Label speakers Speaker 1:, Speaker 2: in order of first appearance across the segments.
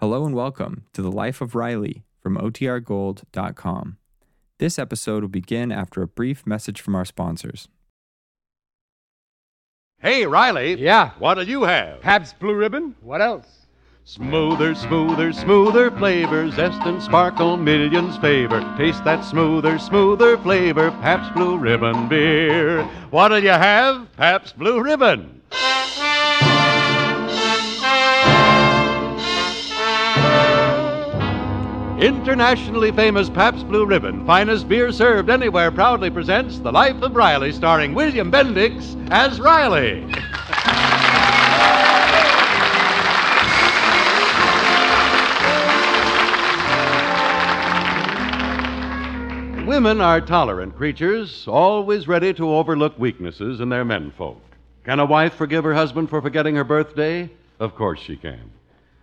Speaker 1: Hello and welcome to The Life of Riley from OTRGold.com. This episode will begin after a brief message from our sponsors.
Speaker 2: Hey, Riley.
Speaker 3: Yeah.
Speaker 2: What'll you have?
Speaker 3: Pabst Blue Ribbon. What else?
Speaker 2: Smoother, smoother, smoother flavor. Zest and sparkle, millions favor. Taste that smoother, smoother flavor. Pabst Blue Ribbon beer. What'll you have? Pabst Blue Ribbon. Internationally famous Pabst Blue Ribbon, finest beer served anywhere, proudly presents The Life of Riley, starring William Bendix as Riley. Women are tolerant creatures, always ready to overlook weaknesses in their menfolk. Can a wife forgive her husband for forgetting her birthday? Of course she can.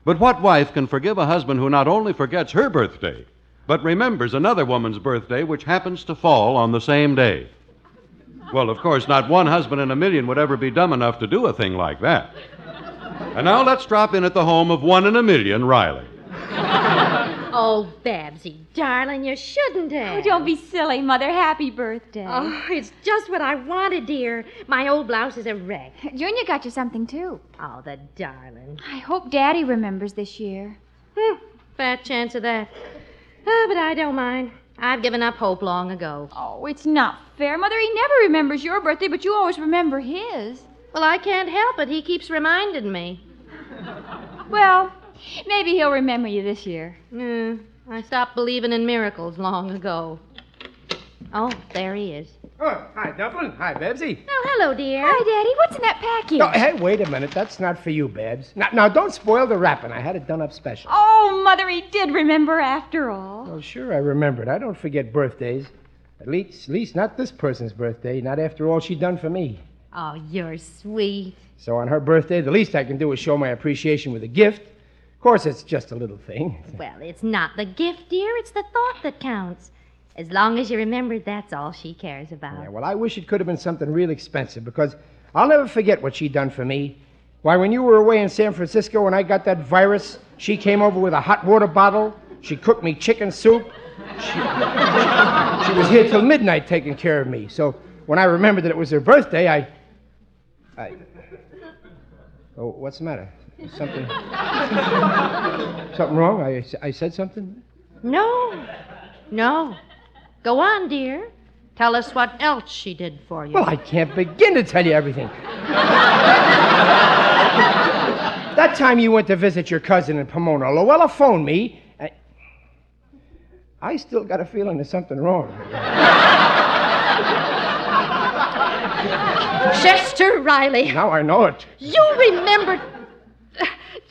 Speaker 2: But what wife can forgive a husband who not only forgets her birthday, but remembers another woman's birthday which happens to fall on the same day? Well, of course, not one husband in a million would ever be dumb enough to do a thing like that. And now let's drop in at the home of one in a million, Riley.
Speaker 4: Oh, Babsy, darling, you shouldn't have.
Speaker 5: Oh, don't be silly, Mother. Happy birthday.
Speaker 4: Oh, it's just what I wanted, dear. My old blouse is a wreck.
Speaker 5: Junior got you something, too.
Speaker 4: Oh, the darling.
Speaker 5: I hope Daddy remembers this year.
Speaker 4: Hmm, fat chance of that. Oh, but I don't mind. I've given up hope long ago.
Speaker 5: Oh, it's not fair. Mother, he never remembers your birthday, but you always remember his.
Speaker 4: Well, I can't help it. He keeps reminding me.
Speaker 5: Well, maybe he'll remember you this year.
Speaker 4: Mm, I stopped believing in miracles long ago. Oh, there he is.
Speaker 3: Oh, hi, Dublin. Hi, Bebsy.
Speaker 4: Oh, hello, dear.
Speaker 5: Hi, Daddy. What's in that package?
Speaker 3: No, Oh, hey, wait a minute. That's not for you, Babs. Now, now, don't spoil the wrapping. I had it done up special.
Speaker 5: Oh, Mother, he did remember after all.
Speaker 3: Oh, sure, I remembered. I don't forget birthdays. At least, at least not this person's birthday. Not after all she done for me.
Speaker 4: Oh, you're sweet.
Speaker 3: So on her birthday, the least I can do is show my appreciation with a gift. Of course, it's just a little thing.
Speaker 4: Well, it's not the gift, dear. It's the thought that counts. As long as you remember, that's all she cares about.
Speaker 3: Yeah, well, I wish it could have been something real expensive because I'll never forget what she done for me. Why, when you were away in San Francisco and I got that virus, she came over with a hot water bottle. She cooked me chicken soup. She, she was here till midnight taking care of me. So when I remembered that it was her birthday, I. I. Oh, what's the matter? Something. Something wrong? I, I said something?
Speaker 4: No, no. Go on, dear. Tell us what else she did for you.
Speaker 3: Well, I can't begin to tell you everything. that time you went to visit your cousin in Pomona, Luella phoned me. I, I still got a feeling there's something wrong.
Speaker 4: Chester Riley,
Speaker 3: Now I know it.
Speaker 4: you remembered.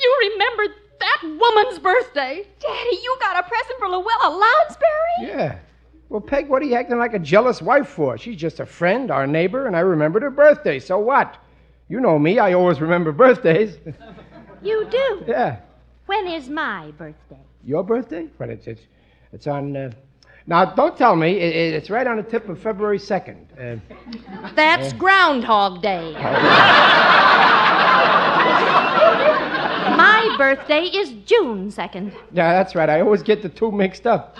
Speaker 4: You remembered that woman's birthday.
Speaker 5: Daddy, you got a present for Luella Lounsbury?
Speaker 3: Yeah. Well, Peg, what are you acting like a jealous wife for? She's just a friend, our neighbor, and I remembered her birthday. So what? You know me, I always remember birthdays.
Speaker 4: You do.
Speaker 3: yeah.
Speaker 4: When is my birthday?
Speaker 3: Your birthday? Well, it's, it's, it's on. Uh, now, don't tell me. It, it- it's right on the tip of February 2nd. Uh,
Speaker 4: That's Groundhog Day. my birthday is June 2nd.
Speaker 3: yeah, that's right. I always get the two mixed up.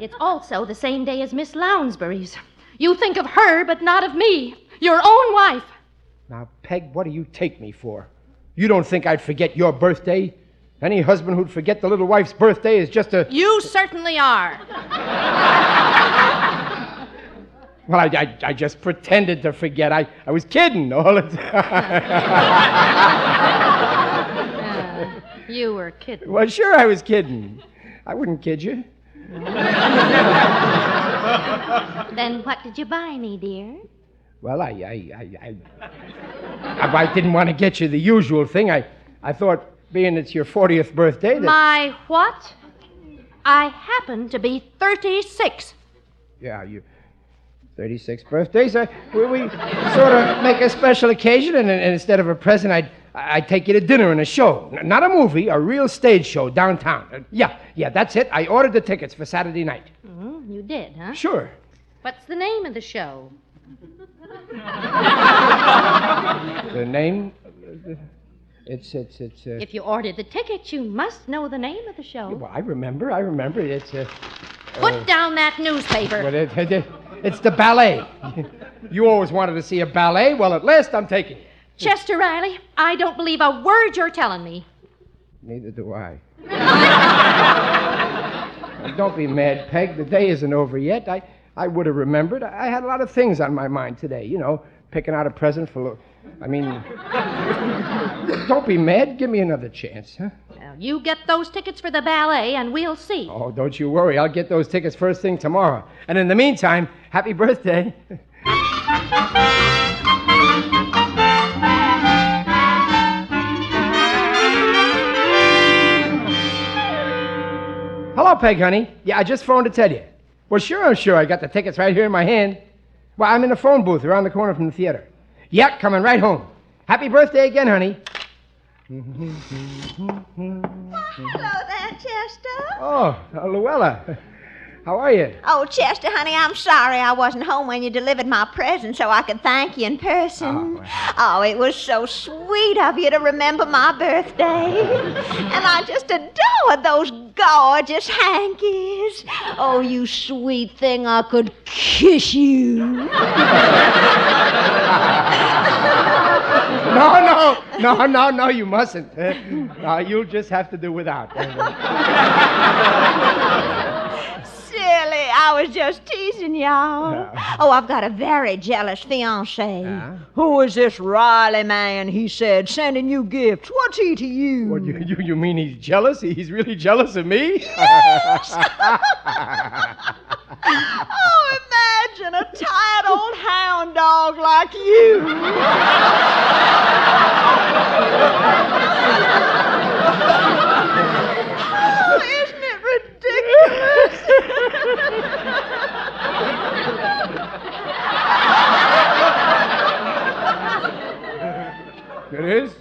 Speaker 4: It's also the same day as Miss Lounsbury's. You think of her, but not of me, your own wife.
Speaker 3: Now, Peg, what do you take me for? You don't think I'd forget your birthday? Any husband who'd forget the little wife's birthday is just a.
Speaker 4: You certainly are.
Speaker 3: Well, I, I, I just pretended to forget. I, I was kidding all the time.
Speaker 4: You were kidding.
Speaker 3: well, sure, I was kidding. I wouldn't kid you.
Speaker 4: Then what did you buy me, dear?
Speaker 3: Well, I, I, I, I, I didn't want to get you the usual thing. I, I thought, being it's your 40th birthday, that
Speaker 4: My what? I happen to be 36.
Speaker 3: yeah, you, 36 birthdays. I, we, we sort of make a special occasion, and, and instead of a present, I'd, I'd take you to dinner and a show, N- not a movie, a real stage show downtown. Uh, yeah, yeah, that's it. I ordered the tickets for Saturday night.
Speaker 4: Mm, you did, huh?
Speaker 3: Sure.
Speaker 4: What's the name of the show?
Speaker 3: The name. It's it's it's. Uh,
Speaker 4: If you ordered the ticket, you must know the name of the show.
Speaker 3: well, I remember. I remember. It's uh,
Speaker 4: Put down that newspaper.
Speaker 3: well, it, it- it's the ballet. you always wanted to see a ballet. Well, at last I'm taking you.
Speaker 4: Chester Riley, I don't believe a word you're telling me.
Speaker 3: Neither do I. Now, Don't be mad, Peg. The day isn't over yet. I, I would have remembered. I I had a lot of things on my mind today, you know, picking out a present for. Lo- I mean, don't be mad. Give me another chance, huh?
Speaker 4: Now, you get those tickets for the ballet, and we'll see.
Speaker 3: Oh, don't you worry. I'll get those tickets first thing tomorrow. And in the meantime, happy birthday. Hello, Peg, honey. Yeah, I just phoned to tell you. Well, sure, I'm sure. I got the tickets right here in my hand. Well, I'm in the phone booth around the corner from the theater. Yep, coming right home. Happy birthday again, honey.
Speaker 6: Hello there, Chester.
Speaker 3: Oh, uh, Luella. How are you?
Speaker 6: Oh, Chester, honey, I'm sorry I wasn't home when you delivered my present so I could thank you in person. Oh, it was so sweet of you to remember my birthday. and I just adored those gorgeous hankies. Oh, you sweet thing, I could kiss you.
Speaker 3: No, no, no, no, no, you mustn't. Uh, no, you'll just have to do without.
Speaker 6: Silly, I was just teasing y'all.
Speaker 3: Yeah.
Speaker 6: Oh, I've got a very jealous fiance.
Speaker 3: Yeah?
Speaker 6: Who is this Riley man? He said, sending you gifts. What's he to you?
Speaker 3: What, you, you, you mean he's jealous? He's really jealous of me?
Speaker 6: Oh, imagine a tired old hound dog like you. oh, isn't it ridiculous?
Speaker 3: it is?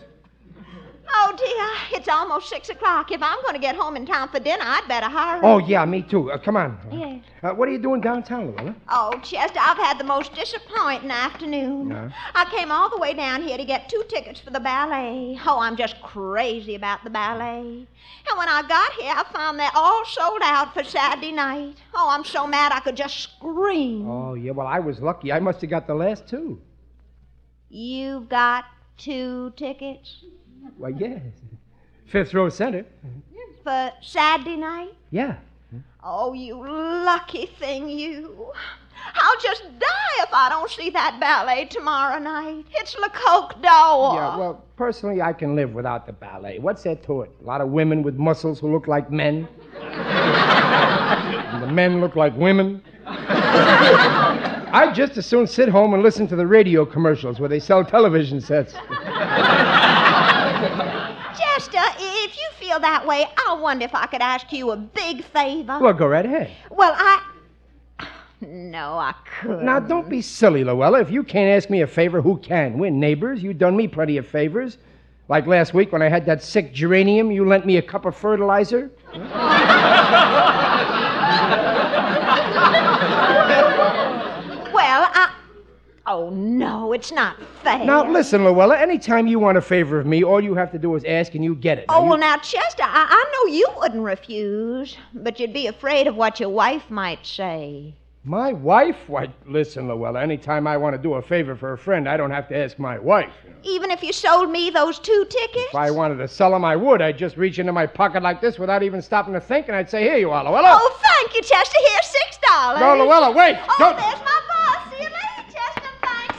Speaker 6: oh, dear, it's almost six o'clock. If I'm going to get home in time for dinner, I'd better hurry.
Speaker 3: Oh, yeah, me too. Uh, come on.
Speaker 4: Yeah.
Speaker 3: Uh, what are you doing downtown, Luella?
Speaker 6: Oh, Chester, I've had the most disappointing afternoon.
Speaker 3: Yeah?
Speaker 6: I came all the way down here to get two tickets for the ballet. Oh, I'm just crazy about the ballet. And when I got here, I found they're all sold out for Saturday night. Oh, I'm so mad I could just scream.
Speaker 3: Oh, yeah, well, I was lucky. I must have got the last two.
Speaker 6: You've got two tickets
Speaker 3: Well, yes. Fifth row center.
Speaker 6: for Saturday night?
Speaker 3: Yeah.
Speaker 6: Oh, you lucky thing, you. I'll just die if I don't see that ballet tomorrow night. It's Lecoq d'Or.
Speaker 3: Yeah, well, personally, I can live without the ballet. What's that to it? A lot of women with muscles who look like men. and the men look like women. I'd just as soon sit home and listen to the radio commercials where they sell television sets.
Speaker 6: Chester, if you feel that way, I wonder if I could ask you a big favor.
Speaker 3: Well, go right ahead.
Speaker 6: Well, I. No, I couldn't.
Speaker 3: Now, don't be silly, Luella. If you can't ask me a favor, who can? We're neighbors. You've done me plenty of favors. Like last week when I had that sick geranium, you lent me a cup of fertilizer.
Speaker 6: Well, I. Oh, no, it's not fair.
Speaker 3: Now, listen, Luella, anytime you want a favor of me, all you have to do is ask and you get it. Now,
Speaker 6: Oh,
Speaker 3: you-
Speaker 6: well, now, Chester, I, I know you wouldn't refuse, but you'd be afraid of what your wife might say.
Speaker 3: My wife? Why, listen, Luella, anytime I want to do a favor for a friend, I don't have to ask my wife.
Speaker 6: Even if you sold me those two tickets?
Speaker 3: If I wanted to sell them, I would. I'd just reach into my pocket like this without even stopping to think, and I'd say, Here you are, Luella.
Speaker 6: Oh, thank you, Chester. Here's six dollars.
Speaker 3: no, Luella, wait.
Speaker 6: Oh,
Speaker 3: Don't.
Speaker 6: there's my boss. See you later, Chester. Thanks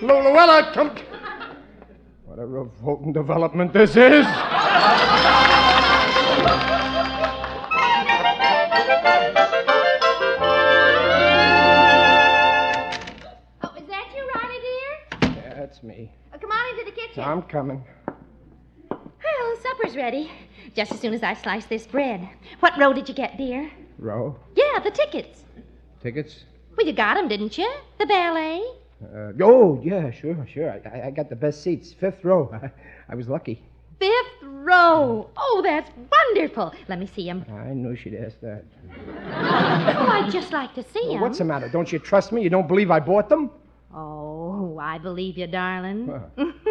Speaker 6: a million.
Speaker 3: Lu- Luella, come. What a revolting development this is.
Speaker 4: Oh, is that you, Riley, dear?
Speaker 3: Yeah, that's me.
Speaker 6: Uh,
Speaker 4: come on into the kitchen.
Speaker 3: I'm coming.
Speaker 4: Well, supper's ready. Just as soon as I slice this bread. What row did you get, dear?
Speaker 3: Row,
Speaker 4: Yeah, the tickets.
Speaker 3: tickets?
Speaker 4: Well, you got 'em, didn't you? The ballet.
Speaker 3: Uh, oh, yeah, sure, sure. I- I, I got the best seats. Fifth row. I, I was lucky.
Speaker 4: Fifth row. Oh, that's wonderful. Let me see 'em.
Speaker 3: I knew she'd ask that.
Speaker 4: Oh, I'd just like to see 'em.
Speaker 3: What's the matter? Don't you trust me? You don't believe I bought them?
Speaker 4: Oh, I believe you, darling.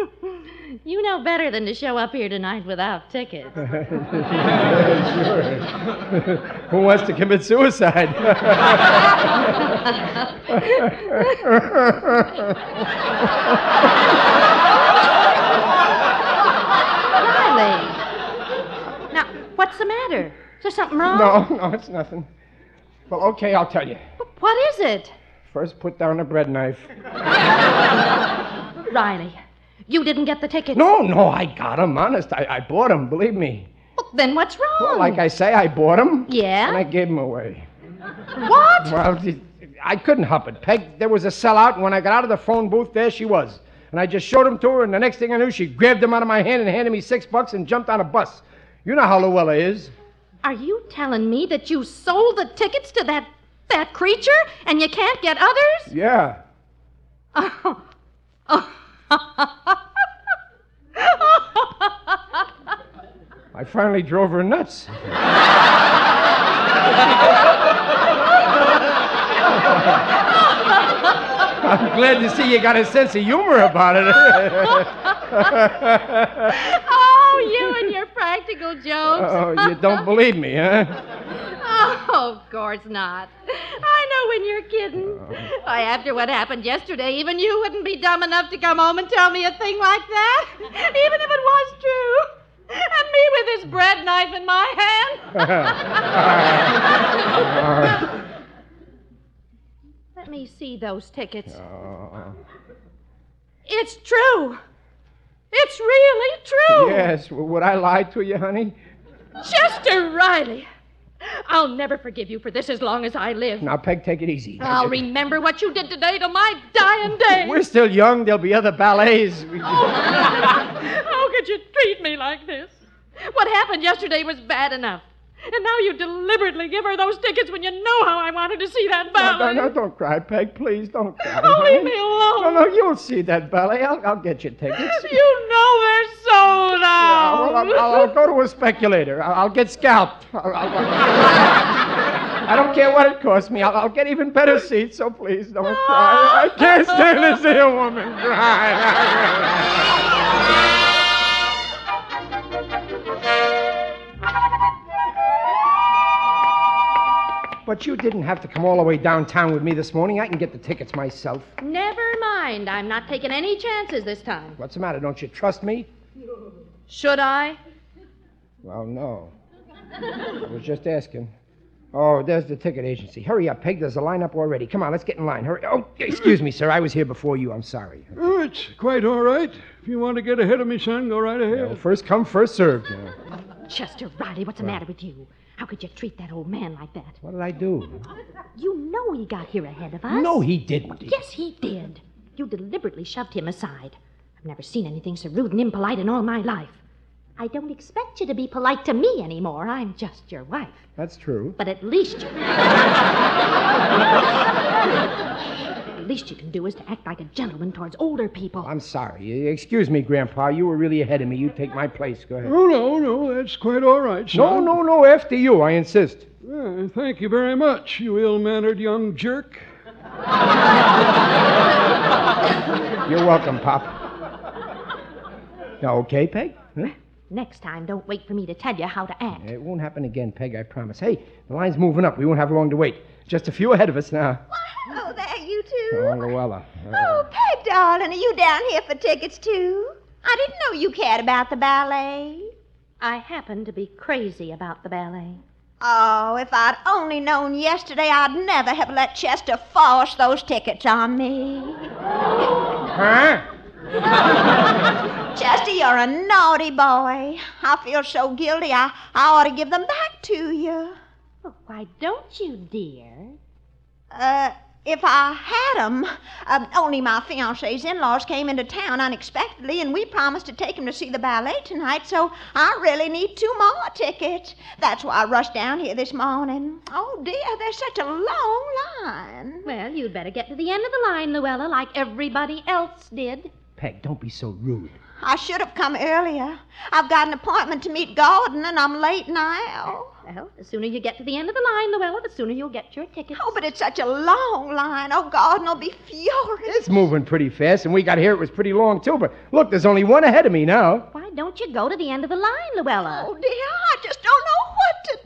Speaker 4: You know better than to show up here tonight without tickets.
Speaker 3: Who wants to commit suicide?
Speaker 4: Riley! Now, what's the matter? Is there something wrong?
Speaker 3: no, no, it's nothing. Well, okay, I'll tell you.
Speaker 4: What is it?
Speaker 3: First, put down the bread knife.
Speaker 4: Riley, you didn't get the tickets.
Speaker 3: No, no, I got 'em, honest. I, I bought 'em, believe me.
Speaker 4: Well, then what's wrong?
Speaker 3: Well, like I say, I bought 'em,
Speaker 4: Yeah?
Speaker 3: And I gave 'em away.
Speaker 4: What?
Speaker 3: Well, I couldn't help it, Peg. There was a sellout, and when I got out of the phone booth, there she was. And I just showed 'em to her, and the next thing I knew, she grabbed 'em out of my hand and handed me six bucks and jumped on a bus. You know how Luella is.
Speaker 4: Are you telling me that you sold the tickets to that that creature and you can't get others?
Speaker 3: Yeah.
Speaker 4: Oh.
Speaker 3: I finally drove her nuts. I'm glad to see you got a sense of humor about it.
Speaker 4: Oh, you and your practical jokes.
Speaker 3: oh, you don't believe me, huh?
Speaker 4: Oh, of course not. I know when you're kidding. Why, after what happened yesterday, even you wouldn't be dumb enough to come home and tell me a thing like that, even if it was true. And me with this bread knife in my hand. Let me see those tickets. It's true. It's really true.
Speaker 3: Yes, w- would I lie to you, honey?
Speaker 4: Chester Riley. I'll never forgive you for this as long as I live.
Speaker 3: Now, Peg, take it easy.
Speaker 4: I'll remember what you did today till my dying day.
Speaker 3: We're still young. There'll be other ballets. We-
Speaker 4: Oh, How could you treat me like this? What happened yesterday was bad enough. And now you deliberately give her those tickets when you know how I wanted to see that
Speaker 3: No, no,
Speaker 4: ballet.
Speaker 3: no, don't cry, Peg. Please don't cry.
Speaker 4: Oh, leave
Speaker 3: honey.
Speaker 4: me
Speaker 3: No,
Speaker 4: alone.
Speaker 3: no, you'll see that ballet. I'll, I'll get you tickets.
Speaker 4: You know they're sold
Speaker 3: Yeah,
Speaker 4: out.
Speaker 3: well, I'll, I'll, I'll go to a speculator. I'll, I'll get scalped. I'll, I'll, I will i will i do not care what it costs me. I'll, I'll get even better seats, so please don't cry. I can't stand to see a woman cry. But you didn't have to come all the way downtown with me this morning. I can get the tickets myself.
Speaker 4: Never mind. I'm not taking any chances this time.
Speaker 3: What's the matter? Don't you trust me?
Speaker 4: Should I?
Speaker 3: Well, no. I was just asking. Oh, there's the ticket agency. Hurry up, Peg. There's a lineup already. Come on, let's get in line. Hurry. Oh, excuse me, sir. I was here before you. I'm sorry.
Speaker 2: Oh, it's quite all right. If you want to get ahead of me, son, go right ahead.
Speaker 3: Well, first come, first served. you know.
Speaker 4: Chester Riley, what's the matter with you? How could you treat that old man like that?
Speaker 3: What did I do?
Speaker 4: You know he got here ahead of us.
Speaker 3: No, he didn't.
Speaker 4: Yes, he did. You deliberately shoved him aside. I've never seen anything so rude and impolite in all my life. I don't expect you to be polite to me anymore. I'm just your wife.
Speaker 3: That's true.
Speaker 4: But at least you. at least you can do is to act like a gentleman towards older people.
Speaker 3: I'm sorry. Excuse me, Grandpa. You were really ahead of me. You take my place. Go ahead.
Speaker 2: Oh, no, no, that's quite all right,
Speaker 3: No,
Speaker 2: son.
Speaker 3: no, no. After you, I insist.
Speaker 2: no.
Speaker 7: Uh,
Speaker 2: thank you very much, you ill mannered young jerk.
Speaker 3: You're welcome, Pop. Now, okay, Peg? Huh?
Speaker 4: Next time, don't wait for me to tell you how to act.
Speaker 3: It won't happen again, Peg, I promise. Hey, the line's moving up. We won't have long to wait. Just a few ahead of us now.
Speaker 6: Oh, there you two.
Speaker 3: Oh, Luella.
Speaker 6: Oh, Peg, darling, are you down here for tickets, too? I didn't know you cared about the ballet.
Speaker 4: I happen to be crazy about the ballet.
Speaker 6: Oh, if I'd only known yesterday, I'd never have let Chester force those tickets on me.
Speaker 3: Huh?
Speaker 6: Chester, you're a naughty boy. I feel so guilty, I, I ought to give them back to you.
Speaker 4: Oh, why don't you, dear?
Speaker 6: Uh, if I had 'em, um, only my fiance's in laws came into town unexpectedly, and we promised to take 'em to see the ballet tonight, so I really need two more tickets. That's why I rushed down here this morning. Oh, dear, there's such a long line.
Speaker 4: Well, you'd better get to the end of the line, Luella, like everybody else did.
Speaker 3: Peg, don't be so rude.
Speaker 6: I should have come earlier. I've got an appointment to meet Gordon, and I'm late now.
Speaker 4: Well, the sooner you get to the end of the line, Luella, the sooner you'll get your ticket.
Speaker 6: Oh, but it's such a long line. Oh, Gordon will be furious.
Speaker 3: It's moving pretty fast, and we got here, it was pretty long, too. But look, there's only one ahead of me now.
Speaker 4: Why don't you go to the end of the line,
Speaker 6: Oh,
Speaker 4: Luella?
Speaker 6: dear, I just don't know what to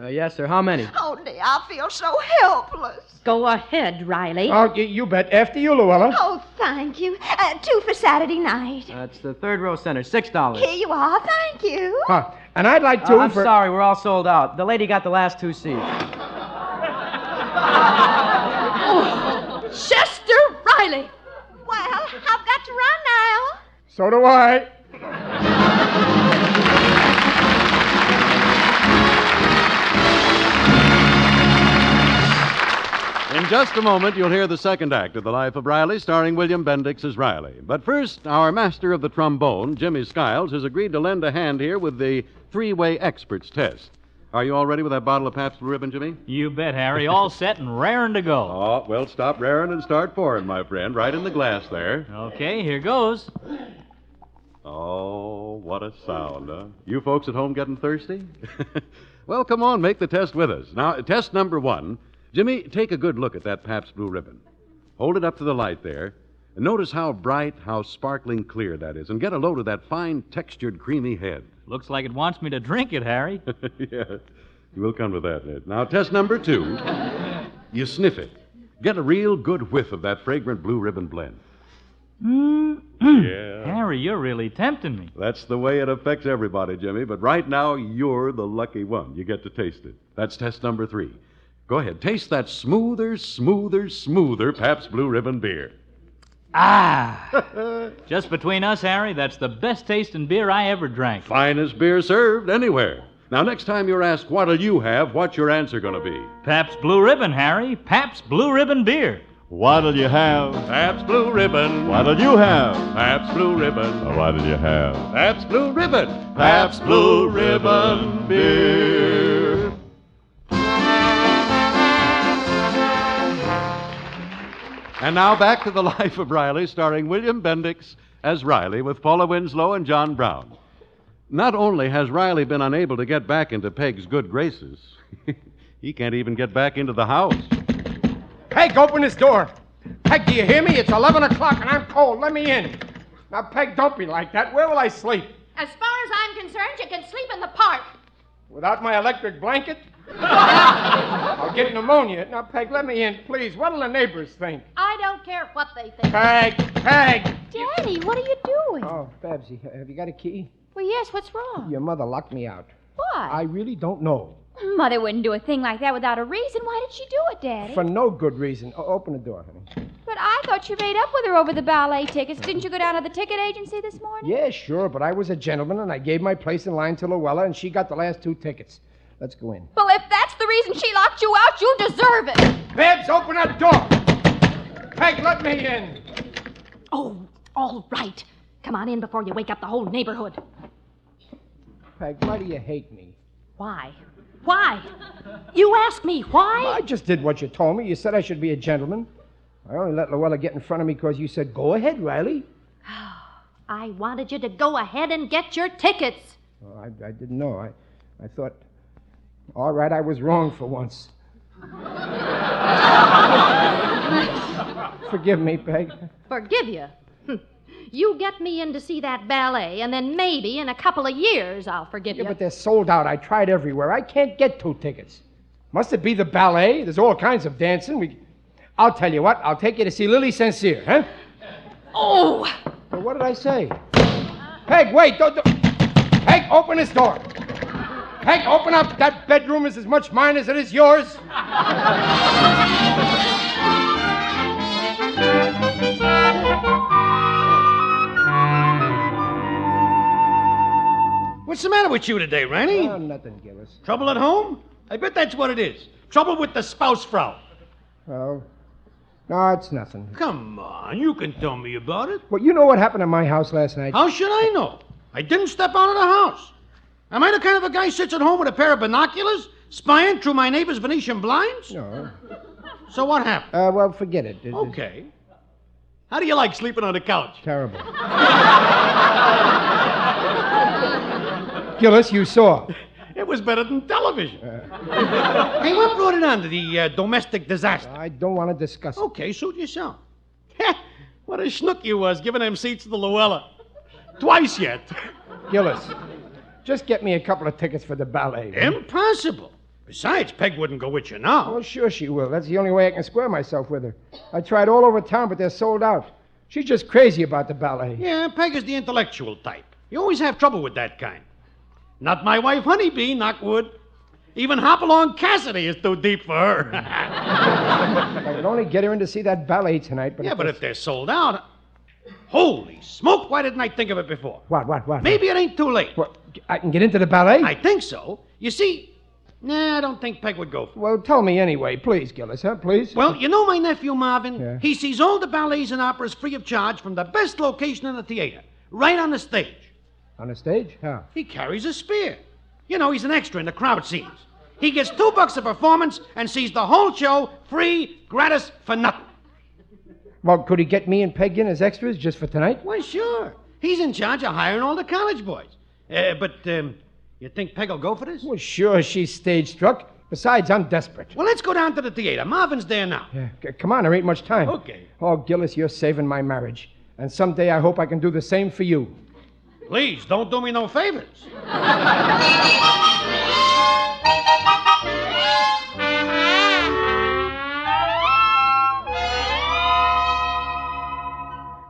Speaker 6: do.
Speaker 8: Uh, yes, sir. How many?
Speaker 6: Oh, dear, I feel so helpless.
Speaker 4: Go ahead, Riley.
Speaker 3: Oh, y- you bet. After you, Luella.
Speaker 6: Oh, thank you. Uh, two for Saturday night.
Speaker 8: That's the third row center. Six dollars.
Speaker 6: Here you are. Thank you.
Speaker 3: Huh. And I'd like
Speaker 8: Uh,
Speaker 3: to.
Speaker 8: I'm
Speaker 3: for...
Speaker 8: sorry, we're all sold out. The lady got the last two seats.
Speaker 4: Chester Riley!
Speaker 6: Well, I've got to run now.
Speaker 3: So do I.
Speaker 2: In just a moment, you'll hear the second act of The Life of Riley, starring William Bendix as Riley. But first, our master of the trombone, Jimmy Skiles, has agreed to lend a hand here with the three way experts test. Are you all ready with that bottle of Pabst Blue Ribbon, Jimmy?
Speaker 9: You bet, Harry. All set and raring to go.
Speaker 2: Oh, well, stop raring and start pouring, my friend. Right in the glass there.
Speaker 9: Okay, here goes.
Speaker 2: Oh, what a sound, huh? You folks at home getting thirsty? well, come on, make the test with us. Now, test number one. Jimmy, take a good look at that Pabst Blue Ribbon. Hold it up to the light there. And notice how bright, how sparkling clear that is. And get a load of that fine, textured, creamy head.
Speaker 9: Looks like it wants me to drink it, Harry.
Speaker 2: yeah, we'll come to that, Ned. Now, test number two. you sniff it. Get a real good whiff of that fragrant Blue Ribbon blend.
Speaker 7: Mm-hmm.
Speaker 2: yeah.
Speaker 9: Harry, you're really tempting me.
Speaker 2: That's the way it affects everybody, Jimmy. But right now, you're the lucky one. You get to taste it. That's test number three. Go ahead, taste that smoother, smoother, smoother Pabst Blue Ribbon beer.
Speaker 9: Ah! Just between us, Harry, that's the best tasting beer I ever drank.
Speaker 2: Finest beer served anywhere. Now, next time you're asked, what'll you have? What's your answer going to be?
Speaker 9: Pabst Blue Ribbon, Harry. Pabst Blue Ribbon beer.
Speaker 10: What'll you have?
Speaker 2: Pabst Blue Ribbon.
Speaker 10: What'll you have?
Speaker 2: Pabst Blue Ribbon.
Speaker 10: What'll you have?
Speaker 2: Pabst Blue Ribbon.
Speaker 10: Pabst Blue Ribbon beer.
Speaker 2: And now back to The Life of Riley, starring William Bendix as Riley with Paula Winslow and John Brown. Not only has Riley been unable to get back into Peg's good graces, he can't even get back into the house.
Speaker 3: Peg, open this door. Peg, do you hear me? It's 11 o'clock and I'm cold. Let me in. Now, Peg, don't be like that. Where will I sleep?
Speaker 4: As far as I'm concerned, you can sleep in the park.
Speaker 3: Without my electric blanket? I'll get pneumonia. Now, Peg, let me in, please. What'll the neighbors think?
Speaker 4: I don't care what they think.
Speaker 3: Peg, Peg.
Speaker 5: Daddy, what are you doing?
Speaker 3: Oh, Babsy, have you got a key?
Speaker 5: Well, yes, what's wrong?
Speaker 3: Your mother locked me out.
Speaker 5: Why?
Speaker 3: I really don't know.
Speaker 5: Mother wouldn't do a thing like that without a reason. Why did she do it, Daddy?
Speaker 3: For no good reason. O- open the door, honey.
Speaker 5: But I thought you made up with her over the ballet tickets. Didn't you go down to the ticket agency this morning?
Speaker 3: Yeah, sure, but I was a gentleman and I gave my place in line to Luella and she got the last two tickets. Let's go in.
Speaker 5: Well, if that's the reason she locked you out, you deserve it.
Speaker 3: Babs, open that door. Peg, let me in.
Speaker 4: Oh, all right. Come on in before you wake up the whole neighborhood.
Speaker 3: Peg, why do you hate me?
Speaker 4: Why? Why? You ask me why?
Speaker 3: I just did what you told me. You said I should be a gentleman. I only let Luella get in front of me because you said, go ahead, Riley.
Speaker 4: I wanted you to go ahead and get your tickets.
Speaker 3: Well, I, I didn't know. I, I thought, all right, I was wrong for once. Forgive me, Peg.
Speaker 4: Forgive you. Hmm. You get me in to see that ballet, and then maybe in a couple of years I'll forgive
Speaker 3: Yeah,
Speaker 4: you.
Speaker 3: but they're sold out. I tried everywhere. I can't get two tickets. Must it be the ballet? There's all kinds of dancing. We, I'll tell you what. I'll take you to see Lily Sincere, huh?
Speaker 4: Oh!
Speaker 3: Well, what did I say? Peg, wait! Don't, do Peg, open this door. Peg, open up. That bedroom is as much mine as it is yours.
Speaker 7: What's the matter with you today, Ranny?
Speaker 3: Oh, nothing, Gillis.
Speaker 7: Trouble at home? I bet that's what it is. Trouble with the spouse, Frau.
Speaker 3: Oh, no, it's nothing.
Speaker 7: Come on, you can tell me about it.
Speaker 3: Well, you know what happened at my house last night.
Speaker 7: How should I know? I didn't step out of the house. Am I the kind of a guy sits at home with a pair of binoculars, spying through my neighbor's Venetian blinds?
Speaker 3: No.
Speaker 7: So what happened?
Speaker 3: Uh, well, forget it. It- it-
Speaker 7: Okay. How do you like sleeping on a couch?
Speaker 3: Terrible. Gillis, you saw.
Speaker 7: It was better than television. hey, what brought it on to the uh, domestic disaster?
Speaker 3: I don't want to discuss it.
Speaker 7: Okay, suit yourself. Heh, what a schnook you was giving them seats to the Luella. Twice yet.
Speaker 3: Gillis, just get me a couple of tickets for the ballet. will you?
Speaker 7: Impossible. Besides, Peg wouldn't go with you now.
Speaker 3: Well, Oh, sure she will. That's the only way I can square myself with her. I tried all over town, but they're sold out. She's just crazy about the ballet.
Speaker 7: Yeah, Peg is the intellectual type. You always have trouble with that kind. Not my wife, Honeybee, knock wood. Even Hopalong Cassidy is too deep for her.
Speaker 3: If I could only get her in to see that ballet tonight, but
Speaker 7: yeah,
Speaker 3: it
Speaker 7: but
Speaker 3: was-
Speaker 7: if they're sold out. Holy smoke, why didn't I think of it before?
Speaker 3: what, what, what?
Speaker 7: Maybe it ain't too late.
Speaker 3: What, I can get into the ballet.
Speaker 7: I think so. You see, nah, I don't think Peg would go for it.
Speaker 3: Well, tell me anyway, please, Gillis, huh? Please.
Speaker 7: Well, you know my nephew Marvin?
Speaker 3: Yeah.
Speaker 7: He sees all the ballets and operas free of charge from the best location in the theater, right on the stage.
Speaker 3: on the stage? How?
Speaker 7: He carries a spear. You know, he's an extra in the crowd scenes. He gets two bucks a performance and sees the whole show free, gratis, for nothing.
Speaker 3: Well, could he get me and Peg in as extras just for tonight?
Speaker 7: Why, sure. He's in charge of hiring all the college boys. Uh, but um, you think Peg'll go for this?
Speaker 3: Well, sure, she's stage struck. Besides, I'm desperate.
Speaker 7: Well, let's go down to the theater. Marvin's there now.
Speaker 3: Yeah, c- come on, there ain't much time.
Speaker 7: Okay.
Speaker 3: Oh, Gillis, you're saving my marriage. And someday I hope I can do the same for you.
Speaker 7: Please, don't do me no favors.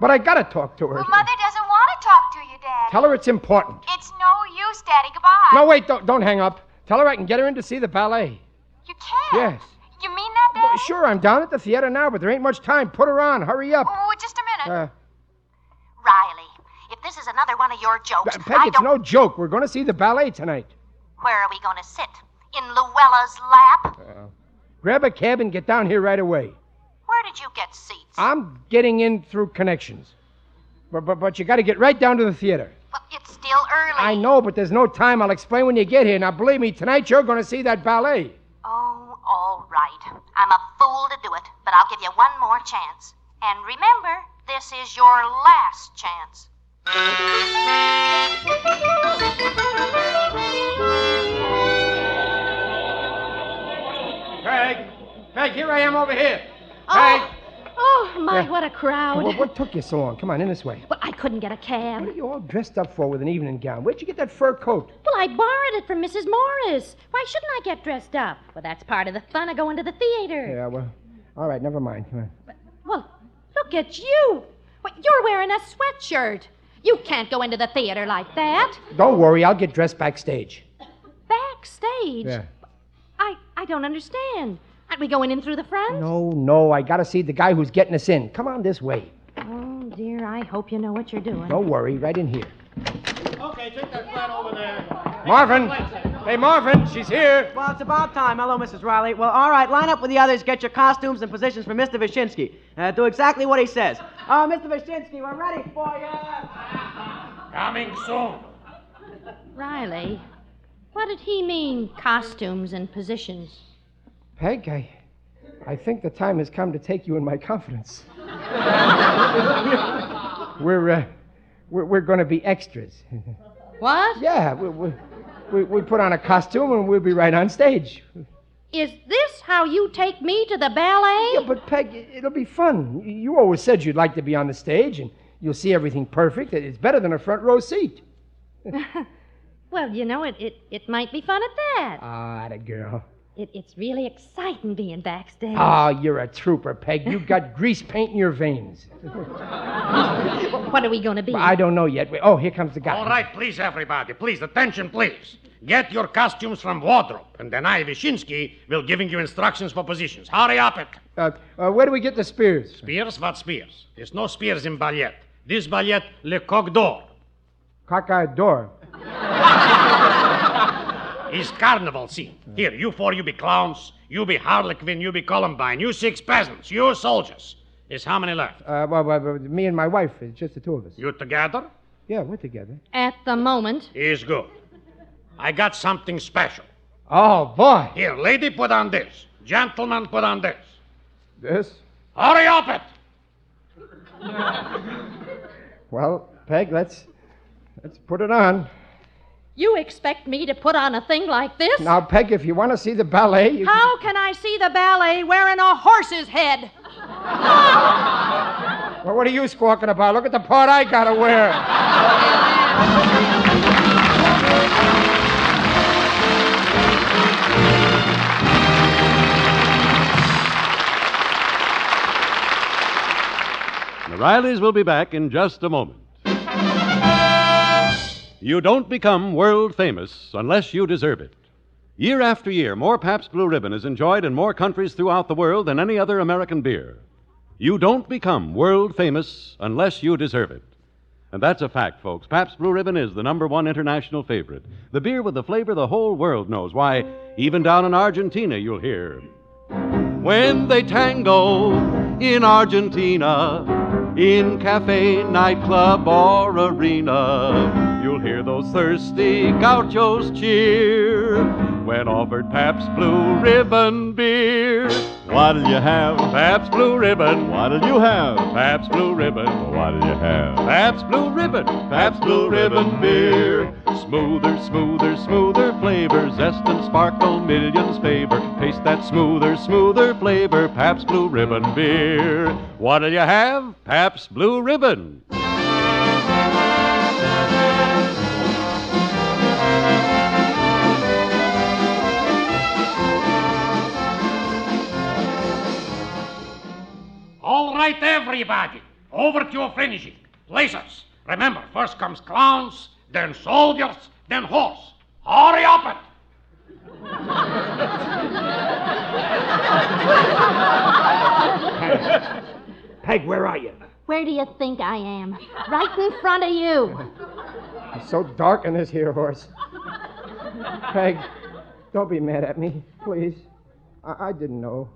Speaker 3: But I gotta talk to her.
Speaker 11: Well, Mother doesn't want to talk to you, Daddy.
Speaker 3: Tell her it's important.
Speaker 11: It's no use, Daddy. Goodbye.
Speaker 3: No, wait, don't, don't hang up. Tell her I can get her in to see the ballet.
Speaker 11: You can't.
Speaker 3: Yes.
Speaker 11: You mean that, Daddy?
Speaker 3: Sure, I'm down at the theater now, but there ain't much time. Put her on. Hurry up.
Speaker 11: Oh, just a minute.
Speaker 3: Uh,
Speaker 11: Riley, if this is another one of your jokes,
Speaker 3: Peg,
Speaker 11: I
Speaker 3: it's
Speaker 11: don't.
Speaker 3: no joke. We're going to see the ballet tonight.
Speaker 11: Where are we going to sit? In Luella's
Speaker 3: Uh.
Speaker 11: lap?
Speaker 3: Grab a cab and get down here right away.
Speaker 11: Where did you get seats?
Speaker 3: I'm getting in through connections. But, but, but you got to get right down to the theater.
Speaker 11: Well, it's still early.
Speaker 3: I know, but there's no time. I'll explain when you get here. Now, believe me, tonight you're going to see that ballet.
Speaker 11: Oh, all right. I'm a fool to do it, but I'll give you one more chance. And remember, this is your last chance.
Speaker 3: Peg, Peg, here I am over here.
Speaker 4: Oh, oh my,
Speaker 3: Yeah.
Speaker 4: what a crowd.
Speaker 3: What, what took you so long? Come on, in this way.
Speaker 4: Well, I couldn't get a cab.
Speaker 3: What are you all dressed up for with an evening gown? Where'd you get that fur coat?
Speaker 4: Well, I borrowed it from Mrs. Morris. Why shouldn't I get dressed up? Well, that's part of the fun of going to the theater.
Speaker 3: Yeah, well, all right, never mind. Come on.
Speaker 4: Well, look at you. What, you're wearing a sweatshirt. You can't go into the theater like that.
Speaker 3: Don't worry, I'll get dressed backstage.
Speaker 4: Backstage.
Speaker 3: Yeah.
Speaker 4: I, I don't understand. Aren't we going in through the front?
Speaker 3: No, no, I got to see the guy who's getting us in. Come on this way.
Speaker 4: Oh, dear, I hope you know what you're doing.
Speaker 3: Don't worry, right in here.
Speaker 7: Okay, take that flat over there.
Speaker 3: Marvin! Hey, Marvin, she's here.
Speaker 8: Well, it's about time. Hello, Mrs. Riley. Well, all right, line up with the others. Get your costumes and positions for Mr. Vyshinsky. Uh, do exactly what he says. Oh, Mr. Vyshinsky, we're ready for you.
Speaker 7: Coming soon.
Speaker 4: Riley, what did he mean, costumes and positions?
Speaker 3: Peg, I, I think the time has come to take you in my confidence. we're, uh, we're, we're going to be extras.
Speaker 4: What?
Speaker 3: yeah, we, we, we, we put on a costume and we'll be right on stage.
Speaker 4: Is this how you take me to the ballet?
Speaker 3: Yeah, but Peg, it- it'll be fun. You- You always said you'd like to be on the stage and you'll see everything perfect. It- It's better than a front row seat.
Speaker 4: Well, you know, it, it, it might be fun at that.
Speaker 3: Ah, the girl.
Speaker 4: It, it's really exciting being backstage.
Speaker 3: Ah, you're a trooper, Peg. You've got grease paint in your veins.
Speaker 4: What are we going to be?
Speaker 3: I don't know yet. Wait- Oh, here comes the guy.
Speaker 7: All right, please, everybody. Please, attention, please. Get your costumes from wardrobe, and then I, Vyshinsky, will giving you instructions for positions. Hurry up it.
Speaker 3: Uh, uh, where do we get the spears?
Speaker 7: Spears, what spears? There's no spears in ballet. This ballet, Le Coq d'Or,
Speaker 3: Cockeyed door.
Speaker 7: is carnival scene. Here, you four, you be clowns. You be Harlequin, you be Columbine. You six peasants, you soldiers. There's how many left?
Speaker 3: Uh, well, well, well, me and my wife, it's just the two of us.
Speaker 7: You together?
Speaker 3: Yeah, we're together.
Speaker 4: At the moment.
Speaker 7: Is good. I got something special.
Speaker 3: Oh, boy.
Speaker 7: Here, lady, put on this. Gentleman, put on this.
Speaker 3: This?
Speaker 7: Hurry up it!
Speaker 3: Well, Peg, let's let's put it on.
Speaker 4: You expect me to put on a thing like this?
Speaker 3: Now, Peg, if you want to see the ballet, you
Speaker 4: How can I see the ballet wearing a horse's head?
Speaker 3: Well, what are you squawking about? Look at the part I gotta wear.
Speaker 2: The Rileys will be back in just a moment. You don't become world famous unless you deserve it. Year after year, more Pabst Blue Ribbon is enjoyed in more countries throughout the world than any other American beer. You don't become world famous unless you deserve it. And that's a fact, folks. Pabst Blue Ribbon is the number one international favorite. The beer with the flavor the whole world knows. Why, even down in Argentina, you'll hear. When they tango in Argentina, in cafe, nightclub, or arena, you'll hear those thirsty gauchos cheer. When offered Pabst Blue Ribbon beer,
Speaker 10: What'll you have?
Speaker 2: Pabst Blue Ribbon.
Speaker 10: What'll you have?
Speaker 2: Pabst Blue Ribbon.
Speaker 10: What'll you have?
Speaker 2: Pabst Blue Ribbon, Pabst Blue Ribbon beer. Smoother, smoother, smoother flavor, zest and sparkle, millions favor. Taste that smoother, smoother flavor, Pabst Blue Ribbon beer. What'll you have? Pabst Blue Ribbon.
Speaker 7: All right, everybody. Over to your finishing. Lasers. Remember, first comes clowns, then soldiers, then horse. Hurry up it.
Speaker 3: Peg, where are you?
Speaker 4: Where do you think I am? Right in front of you.
Speaker 3: It's so dark in this here horse. Peg, don't be mad at me, please. I, I didn't know.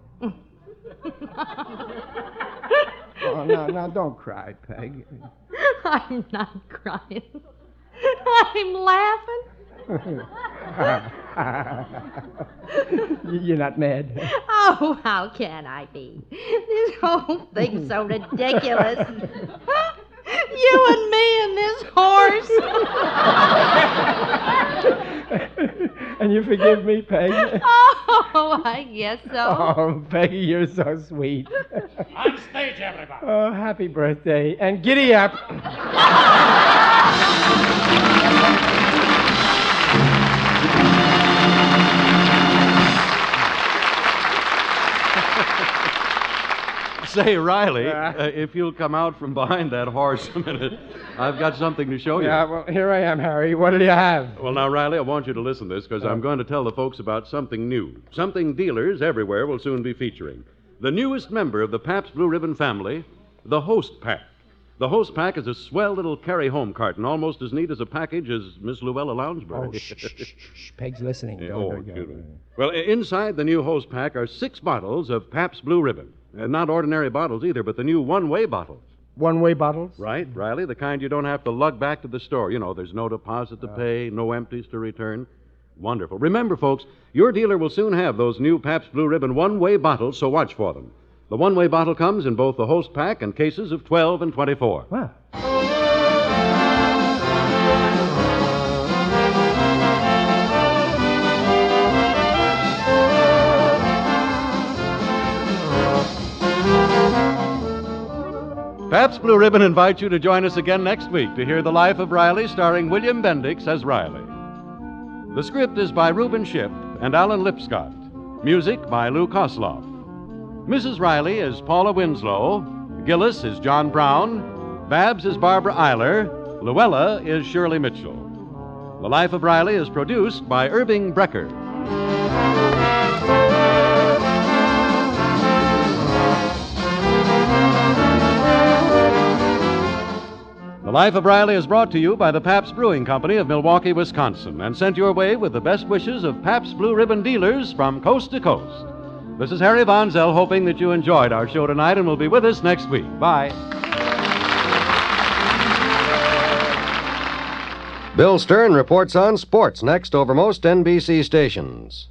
Speaker 3: Oh, no, no, don't cry, Peg.
Speaker 4: I'm not crying. I'm laughing.
Speaker 3: You- You're not mad.
Speaker 4: Oh, how can I be? This whole thing's so ridiculous. you and me and this horse.
Speaker 3: And you forgive me, Peg?
Speaker 4: oh, I guess so.
Speaker 3: Oh, Peggy, you're so sweet.
Speaker 7: On stage, everybody.
Speaker 3: Oh, happy birthday. And giddy up.
Speaker 2: Say, Riley, uh, if you'll come out from behind that horse a minute, I've got something to show you.
Speaker 3: Yeah, well, here I am, Harry. What do you have?
Speaker 2: Well, now, Riley, I want you to listen to this because I'm going to tell the folks about something new. Something dealers everywhere will soon be featuring. The newest member of the Pabst Blue Ribbon family, the Host Pack. The Host Pack is a swell little carry home carton, almost as neat as a package as Miss Luella Lounsbury.
Speaker 3: Oh, shh, shh, shh. Peg's listening.
Speaker 2: Yeah,
Speaker 3: Don't-
Speaker 2: oh,
Speaker 3: don't-
Speaker 2: excuse me. Well, i- inside the new Host Pack are six bottles of Pabst Blue Ribbon. And not ordinary bottles either, but the new one way bottles.
Speaker 3: One way bottles?
Speaker 2: Right, Riley, the kind you don't have to lug back to the store. You know, there's no deposit to pay, no empties to return. Wonderful. Remember, folks, your dealer will soon have those new Pabst Blue Ribbon one way bottles, so watch for them. The one way bottle comes in both the host pack and cases of 12 and 24.
Speaker 3: Wow.
Speaker 2: Pabst Blue Ribbon invites you to join us again next week to hear The Life of Riley starring William Bendix as Riley. The script is by Reuben Ship and Alan Lipscott. Music by Lou Kosloff. Mrs. Riley is Paula Winslow. Gillis is John Brown. Babs is Barbara Eiler. Luella is Shirley Mitchell. The Life of Riley is produced by Irving Brecker. The Life of Riley is brought to you by the Pabst Brewing Company of Milwaukee, Wisconsin, and sent your way with the best wishes of Pabst Blue Ribbon dealers from coast to coast. This is Harry Vonzel, hoping that you enjoyed our show tonight and will be with us next week. Bye.
Speaker 12: Bill Stern reports on sports next over most NBC stations.